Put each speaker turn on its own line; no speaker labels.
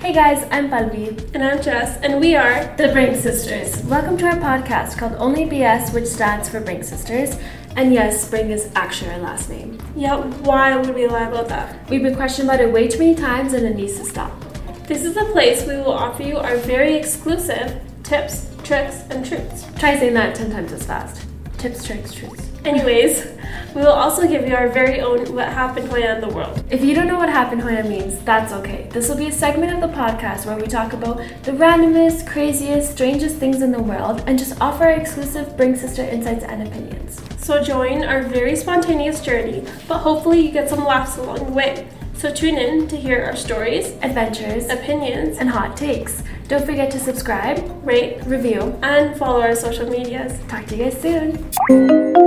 Hey guys, I'm Palvi.
And I'm Jess, and we are the Brink Sisters.
Welcome to our podcast called Only BS, which stands for Brink Sisters. And yes, Brink is actually our last name.
Yeah, why would we lie about that?
We've been questioned about it way too many times and it needs to stop.
This is the place we will offer you our very exclusive tips, tricks, and truths.
Try saying that 10 times as fast. Tips, tricks, truths.
Anyways, we will also give you our very own What Happened Hoya in the World.
If you don't know what happened Hoya means, that's okay. This will be a segment of the podcast where we talk about the randomest, craziest, strangest things in the world and just offer our exclusive Brink Sister insights and opinions.
So join our very spontaneous journey, but hopefully you get some laughs along the way. So tune in to hear our stories,
Adventures,
opinions,
and hot takes. Don't forget to subscribe,
rate,
review,
and follow our social medias.
talk to you guys soon.